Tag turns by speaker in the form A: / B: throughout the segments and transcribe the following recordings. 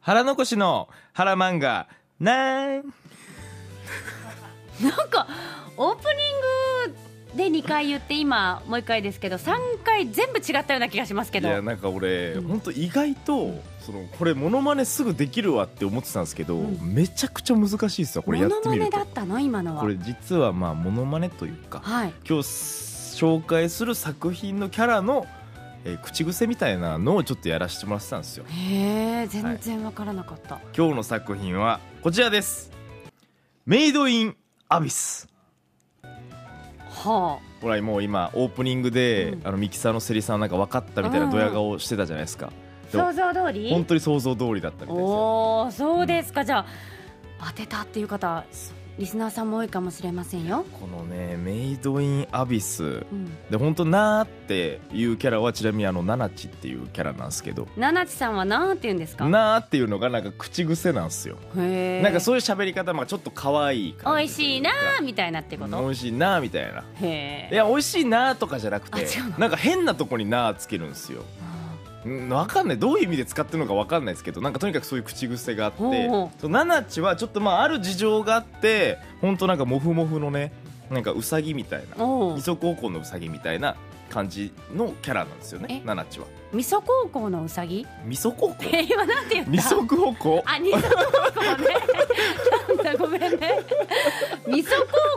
A: 腹残しの腹漫画なん
B: なんかオープニングで2回言って今もう1回ですけど3回全部違ったような気がしますけ
A: い
B: ど
A: やなんか俺本当意外とそのこれモノマネすぐできるわって思ってたんですけど、
B: うん
A: めちゃくちゃ難しいですわこれやっ
B: モノ
A: て
B: マ
A: みる
B: ネ
A: と
B: だったの今のは
A: これ実はまあモノマネというか
B: はい
A: 今日紹介する作品のキャラの、えー口癖みたいなのをちょっとやらせてもらってたんですよ
B: へえ全然わからなかった、
A: 今日の作品はこちらですメイドインアビス
B: は
A: ほらもう今オープニングで、
B: うん
A: あのミキサーのセリさんなんか分かったみたいな
B: うん
A: ドヤ顔してたじゃないですか、
B: あ
A: でも
B: 想像通り
A: 本当に想像通りだったみたいですよ
B: おおそうですか、じゃあ当てたっていう方リスナーさんも多いかもしれませんよ、
A: このねメイドインアビス
B: うん、
A: で本当なーっていうキャラはちなみにあのナナチっていうキャラなんですけど
B: ななちさんはなんて言うんですか
A: なーっていうのがなんか口癖なんですよ
B: へえ
A: なんかそういう喋り方もちょっと可愛い
B: お
A: 感
B: い
A: じと
B: し
A: い
B: いう
A: か
B: なーみたいなってこ
A: うん美
B: と
A: 味しいなーみたいな
B: へ
A: い
B: え
A: や美味しいなーとかじゃなく
B: あ
A: て
B: 違うの
A: なんか変なとこになーつけるんですようんわかんないどういう意味で使ってるのかわかんないですけどなんかとにかくそういう口癖があって
B: ほうほ
A: そうナナチはちょっとまあある事情があって本当なんかモフモフのねなんかウサギみたいな
B: おお
A: 二足高校のウサギみたいな感じのキャラなんですよね
B: え
A: ナナチは
B: みそ高校のうさぎ
A: 二足高校
B: 今なんて言った
A: 二足高校
B: あ二足高校ねなんだごめんねみそ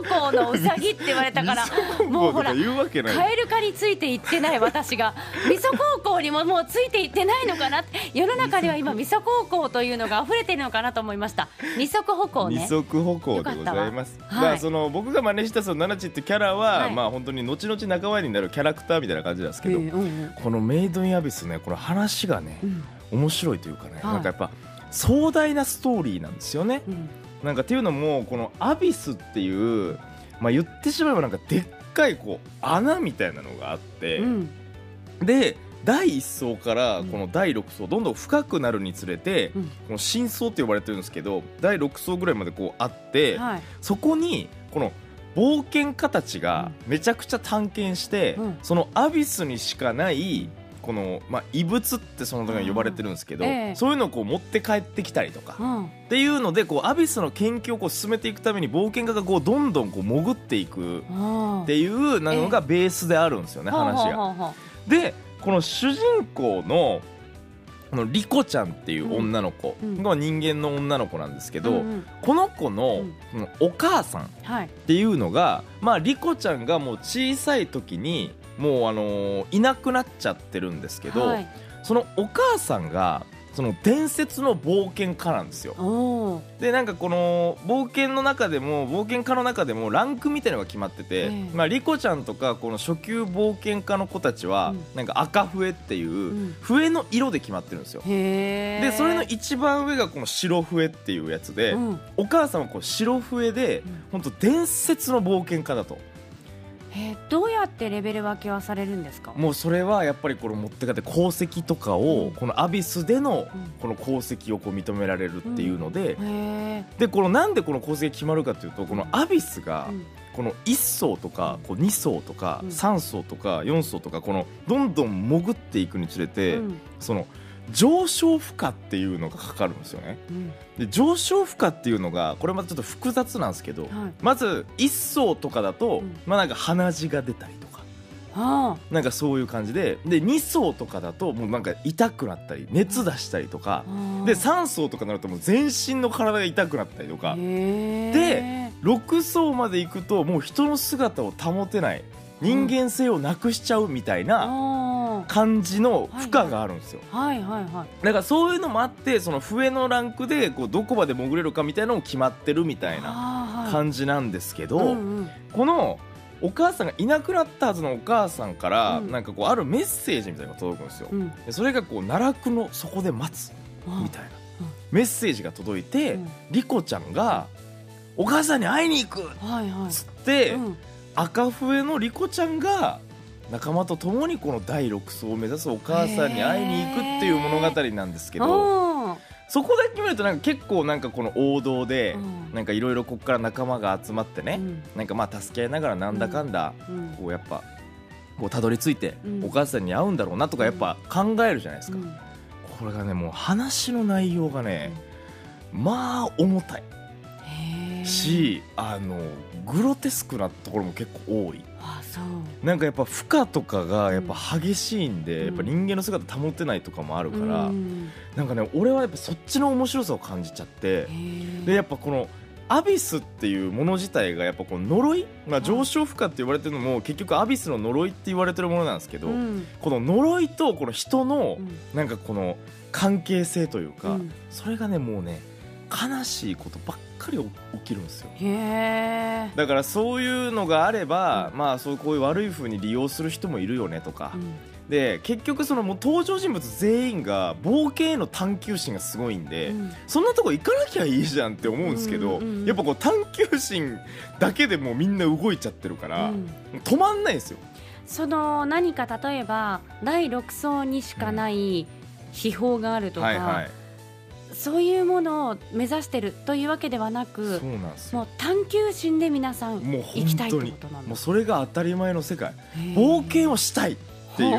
B: 高校のうさぎって言われたから
A: 二足
B: も
A: 高校
B: う
A: と
B: ほ
A: から言うわけない
B: カエル化についていってない私が味噌高校にももうついていってないのかなって世の中では今味噌高校というのが溢れているのかなと思いました二足歩行
A: 二
B: ね
A: 足歩行でございます。
B: か
A: だ
B: ったわ
A: から
B: はい
A: その僕が真似したそのナナチってキャラは、
B: はい
A: まあ本当に後々仲間になるキャラクターみたいな感じなんですけど、
B: うんうん
A: このメイドインアビスねこの話がね
B: うん
A: 面白いというかね、
B: い
A: なんかやっぱ壮大なストーリーなんですよね。
B: うん
A: なんかっていうのもこのアビスっていうまあ言ってしまえばなんかでっかいこう穴みたいなのがあって、
B: うん
A: で第一層からこの第六層どんどん深くなるにつれて、
B: うん
A: この深層って呼ばれてるんですけど第六層ぐらいまでこうあって。
B: はい
A: そこにこの冒険家たちがめちゃくちゃ探検して、
B: うん
A: そのアビスにしかないこの、まあ、異物ってその時に呼ばれてるんですけど、
B: うんええ
A: そういうのをこう持って帰ってきたりとか、
B: う
A: っ
B: ん
A: ていうのでこうアビスの研究をこう進めていくために冒険家がこうどんどんこう潜っていく
B: あー
A: っていうなのがベースであるんですよね、
B: ほう
A: 話が。
B: ほうほうほ
A: でこの主人公のこのリコちゃんっていう女の子
B: うんうん
A: が人間の女の子なんですけ
B: う
A: ど、
B: うんうん
A: この子の
B: うん
A: このお母さん
B: はい
A: っていうのが、まあ、リコちゃんがもう小さい時にもう、あのーいなくなっちゃってるんですけど、
B: はい
A: そのお母さんがその伝説の冒険家なんですよ
B: おお
A: でなんかこの冒険の中でも冒険家の中でもランクみたいなのが決まってて、
B: ええ
A: まあ、リコちゃんとかこの初級冒険家の子たちは、
B: うん
A: なんか赤笛っていうん笛の色で決まってるんですよ、
B: へえ
A: でそれの一番上がこの白笛っていうやつで、
B: うん
A: お母さんはこう白笛で
B: うん
A: 本当伝説の冒険家だと
B: へーどうやってレベル分けはされるんですか
A: もうそれはやっぱりこれ持ってかって功績とか
B: う
A: を
B: ん
A: このアビスでの
B: うん
A: この功績をこう認められるっていうので
B: へえ
A: でこのなんでこの功績決まるかっていうとこのアビスが
B: うん
A: この1層とかこう2層とか
B: うん
A: 3層とか4層とかこのどんどん潜っていくにつれ
B: う
A: て
B: ん
A: その上昇負荷っていうのがかかるんですよね。
B: うん
A: で上昇負荷っていうのがこれまたちょっと複雑なんですけど
B: はい
A: まず1層とかだと
B: うん
A: まあなんか鼻血が出たりとか。
B: あ
A: なんかそういう感じでで2層とかだともうなんか痛くなったり熱出したりとか
B: ーあ、ー
A: で3層とかになるともう全身の体が痛くなったりとか、
B: へー
A: 6層まで行くともう人の姿を保てない人間性をなくしちゃうみたいな
B: あー
A: 感じの負荷があるんですよ、
B: はいはいはい
A: だからそういうのもあってその笛のランクでこうどこまで潜れるかみたいなのも決まってるみたいな
B: あーはい
A: 感じなんですけど、
B: うんうん
A: このお母さんがいなくなったはずのお母さんから、
B: うん
A: なんかこうあるメッセージみたいなのが届くんですよ、
B: うん、
A: でそれがこう奈落の底で待つみたいな
B: うん
A: メッセージが届いて、
B: うん
A: リコちゃんが「お母さんに会いに行く!」っ
B: はいは
A: つっ
B: い、
A: て、
B: うん
A: 赤笛のリコちゃんが仲間と共にこの第6層を目指すお母さんに会いに行くっていう物語なんですけど
B: おー
A: そこだけ見るとなんか結構なんかこの王道で、
B: うん
A: なんかいろいろここから仲間が集まってね、
B: うん
A: なんかまあ助け合いながらなんだかんだ、
B: うん
A: こうやっぱこうたどり着いて
B: うん
A: お母さんに会うんだろうなとかやっぱ考えるじゃないですか、
B: うん
A: ここれがねもう話の内容がね、まあ重たい
B: へー
A: し、あのグロテスクなところも結構多い
B: あそう
A: なんかやっぱ負荷とかがやっぱ激しいんで、
B: うん
A: やっぱ人間の姿保てないとかもあるから、
B: うん
A: なんかね俺はやっぱそっちの面白さを感じちゃって
B: へ、ー
A: でやっぱこのアビスっていうもの自体がやっぱこの呪い、まあ、上昇負荷って言われてるのも結局アビスの呪いって言われてるものなんですけど、
B: うん
A: この呪いとこの人の
B: うん
A: なんかこの関係性というか、
B: うん
A: それがねもうね悲しいことばっかり起きるんですよ
B: へえ
A: だからそういうのがあれば、
B: う
A: まあそうこういう悪い風に利用する人もいるよねとか、で結局そのもう登場人物全員が冒険への探求心がすごいんで、そんなとこ行かなきゃいいじゃんって思うんですけど、
B: うんうんうん
A: やっぱこう探求心だけでもうみんな動いちゃってるから、止まんないんですよ
B: その何か例えば第6層にしかない秘宝があるとか、
A: はいはい
B: そういうものを目指してるというわけではな
A: そう
B: く
A: なんですよ
B: もう探求心で皆さん
A: もう
B: 行きたいってことな
A: も
B: の
A: うそれが当たり前の世界冒険をしたいっていう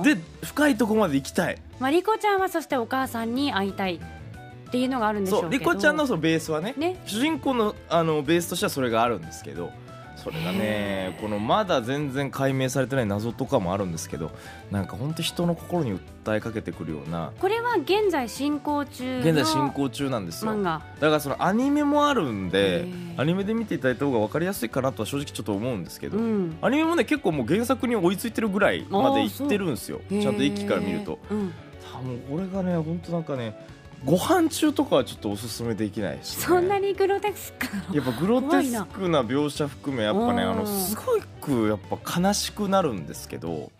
B: う
A: で深いとこまで行きたい
B: まあ、リコちゃんはそしてお母さんに会いたいっていうのがあるんでしょう
A: そ
B: け
A: う
B: ど
A: リコちゃんのそのベースはね
B: ね
A: 主人公のあのベースとしてはそれがあるんですけどそれがね
B: へー
A: このまだ全然解明されてない謎とかもあるんですけどなんか本当人の心に訴えかけてくるような
B: これは現在進行中の
A: 現在進行中なんですよ
B: 漫
A: だ
B: 画
A: からそのアニメもあるん
B: へ
A: で
B: ー
A: アニメで見ていただいた方が分かりやすいかなとは正直ちょっと思うんですけど、
B: うん
A: アニメもね結構もう原作に追いついてるぐらいまでいってるんですよちゃんと一期から見ると
B: へーうん
A: 多分これがね本当なんかねご飯中とかはちょっとおすすめできないし、ね、
B: そんなにグロテスクなの
A: やっぱグロテスクな描写含めやっぱね
B: うん
A: あのすごくやっぱ悲しくなるんですけど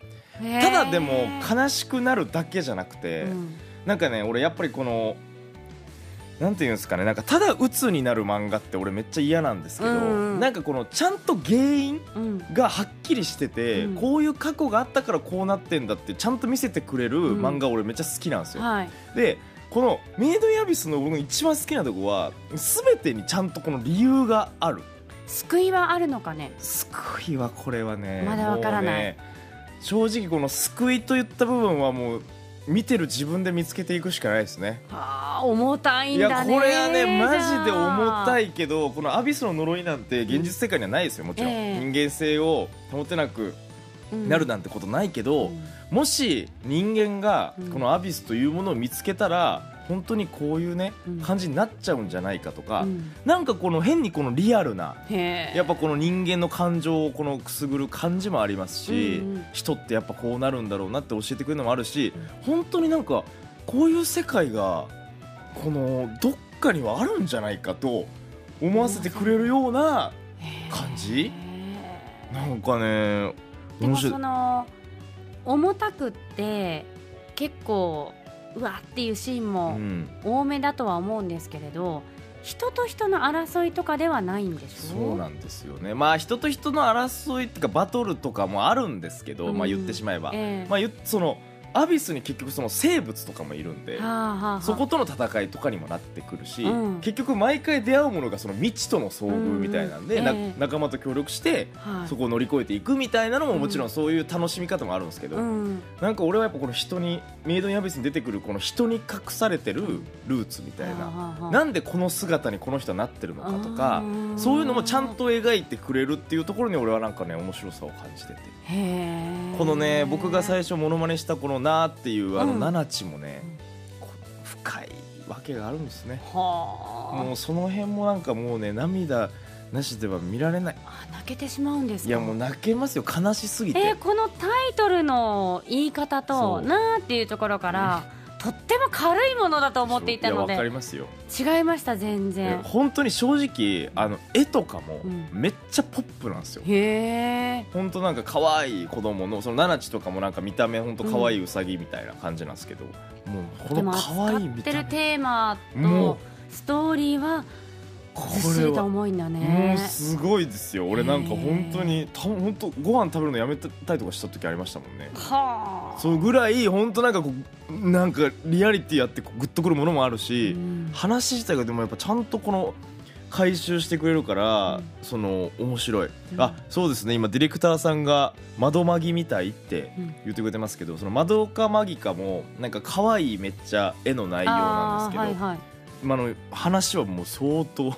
A: ただでも悲しくなるだけじゃなく
B: へ
A: て、
B: ーうん
A: なんかね俺やっぱりこのなんていうんですかねなんかただ鬱になる漫画って俺めっちゃ嫌なんですけど、
B: うん
A: なんかこのちゃんと原因
B: うん
A: がはっきりしてて、
B: うん
A: こういう過去があったからこうなってんだってちゃんと見せてくれる漫画俺めっちゃ好きなんですよ。
B: はい
A: でこのメイドインアビスの僕の一番好きなとこは全てにちゃんとこの理由がある
B: 救いはあるのかね
A: 救いはこれはね
B: まだわからない
A: もうね正直この救いといった部分はもう見てる自分で見つけていくしかないですね
B: ああ重たいん
A: いや
B: だね
A: これはねマジで重た
B: い
A: いけどこのアビスの呪いなんて現実世界にはないですよもちろん、
B: ええ
A: 人間性を保てなくなるなんてことないけど、もし人間が
B: うん
A: このアビスというものを見つけたら本当にこういうね
B: うん
A: 感じになっちゃうんじゃないかとか、なんかこの変にこのリアルな
B: へえ
A: やっぱこの人間の感情をこのくすぐる感じもありますし、
B: うんうん
A: 人ってやっぱこうなるんだろうなって教えてくれるのもあるし
B: うん
A: 本当になんかこういう世界がこのどっかにはあるんじゃないかと思わせてくれるような感じなんかね
B: でも
A: 面白い
B: その重たくって結構うわっていうシーン
A: う
B: も
A: ん
B: 多めだとは思うんですけれど、人と人の争いとかではないんでしょ
A: そうなんですよね、まあ、人と人の争いっていうかバトルとかもあるんですけど、
B: うん
A: まあ、言ってしまえば、
B: ええ
A: まあ、ゆそのアビスに結局その生物とかもいるんで、
B: はあはあはあ
A: そことの戦いとかにもなってくるし、
B: うん
A: 結局毎回出会うものがその未知との遭遇みたいなんで、
B: うんうん
A: な
B: ええ
A: 仲間と協力して
B: はい
A: そこを乗り越えていくみたいなのも
B: うん
A: もちろんそういう楽しみ方もあるんですけど、
B: うん
A: なんか俺はやっぱこの人にメイドインアビスに出てくるこの人に隠されてるルーツみたいな、
B: な
A: なんでこの姿にこの人はなってるのかとか。そういうのもちゃんと描いてくれるっていうところに俺はなんかね面白さを感じててこのね僕が最初モノマネしたこの「な」っていうあの
B: うん
A: ナナチもね、こう深いわけがあるんですね
B: 初は
A: もうその辺もなんかもうね涙なしでは見られない
B: ああ泣けてしまうんですか
A: いやもう泣けますよ悲しすぎて、
B: えーこのタイトルの言い方
A: そ
B: と
A: う
B: なーっていうところから、とっても軽いものだと思っていたの
A: やわかり
B: で
A: ますよ
B: 違いました全
A: いや
B: 然
A: 本当に正直あの絵とかも
B: うん
A: めっちゃポップなんですよ
B: へえ
A: 本当なんか可愛い子供のそのナナチとかもなんか見た目本当可愛いウサギみたいな感じなんですけど、もうこ
B: で
A: の
B: も
A: 可
B: 扱
A: 愛い見
B: って
A: た
B: る
A: 目
B: テーマ
A: もう
B: とストーリーは
A: こ
B: ずっし
A: れ
B: りと
A: はも
B: 重いんだ
A: う
B: ね
A: すごいですよ俺なんか本当にた本当ご飯食べるのやめたりとかした時ありましたもんね
B: はあ
A: そうぐらい本当なんかこうなんかリアリティあってこうグッとくるものもあるし、
B: うん
A: 話自体がでもやっぱちゃんとこの回収してくれるから、
B: うん
A: その面白い、
B: うん
A: あそうですね今ディレクターさんが「窓マギみたい」って
B: うん
A: 言ってくれてますけどその「窓かマギか」もなんか可愛いめっちゃ絵の内容なんですけど、
B: あーはいはい
A: 今の話はもう相当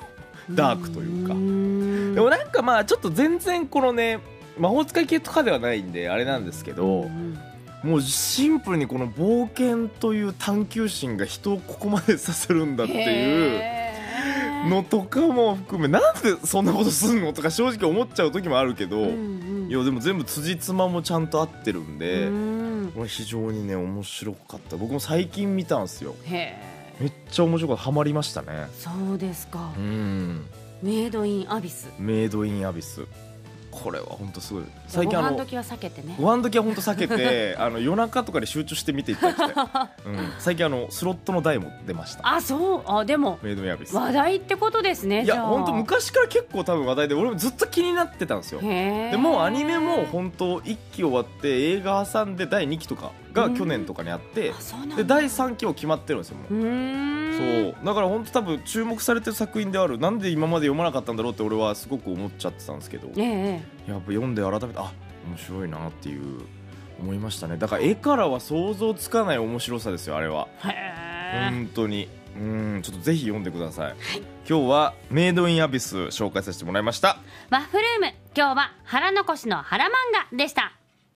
A: ダークというか
B: ん
A: でもなんかまあちょっと全然このね魔法使い系とかではないんであれなんですけど、
B: うん
A: もうシンプルにこの冒険という探求心が人をここまでさせるんだっていう。
B: へー
A: のとかも含めなんでそんなことすんのとか正直思っちゃう時もあるけど、
B: うんうん
A: いやでも全部辻褄もちゃんと合ってるんで、
B: うん
A: これ非常にね面白かった僕も最近見たんですよ
B: へー
A: めっちゃ面白かったハマりましたね
B: そうですか
A: うん
B: メイドインアビス
A: メイドインアビスこれは本当すごい
B: 最
A: 最
B: 近
A: 近
B: ご
A: あ
B: 飯
A: の
B: 時は避けてね
A: ご飯時は本当避けて あの夜中とかに集中して見ていただき たい、うん、最近あのスロットの台も出ました
B: あそうあでも
A: メイドインアビス
B: 話題ってことですね
A: い
B: じゃ
A: や
B: あ
A: 本当昔から結構多分話題で俺もずっと気になってたんですよ
B: へー
A: でもうアニメも本当1期終わって映画挟んで第2期とかが去年とかにあって、
B: あそうなんだ
A: で第3期も決まってるんですよもう
B: うーん
A: そうだから本当多分注目されてる作品であるなんで今まで読まなかったんだろうって俺はすごく思っちゃってたんですけどやっ
B: ええ
A: ぱ読んで改めてあ面白いなっていう思いましたねだから絵からは想像つかない面白さですよあれは
B: へえ
A: 本当にうんちょっとぜひ読んでください、今日は「メイド・イン・アビス」紹介させてもらいました
B: ワッフルーム今日は腹残しの腹漫画でした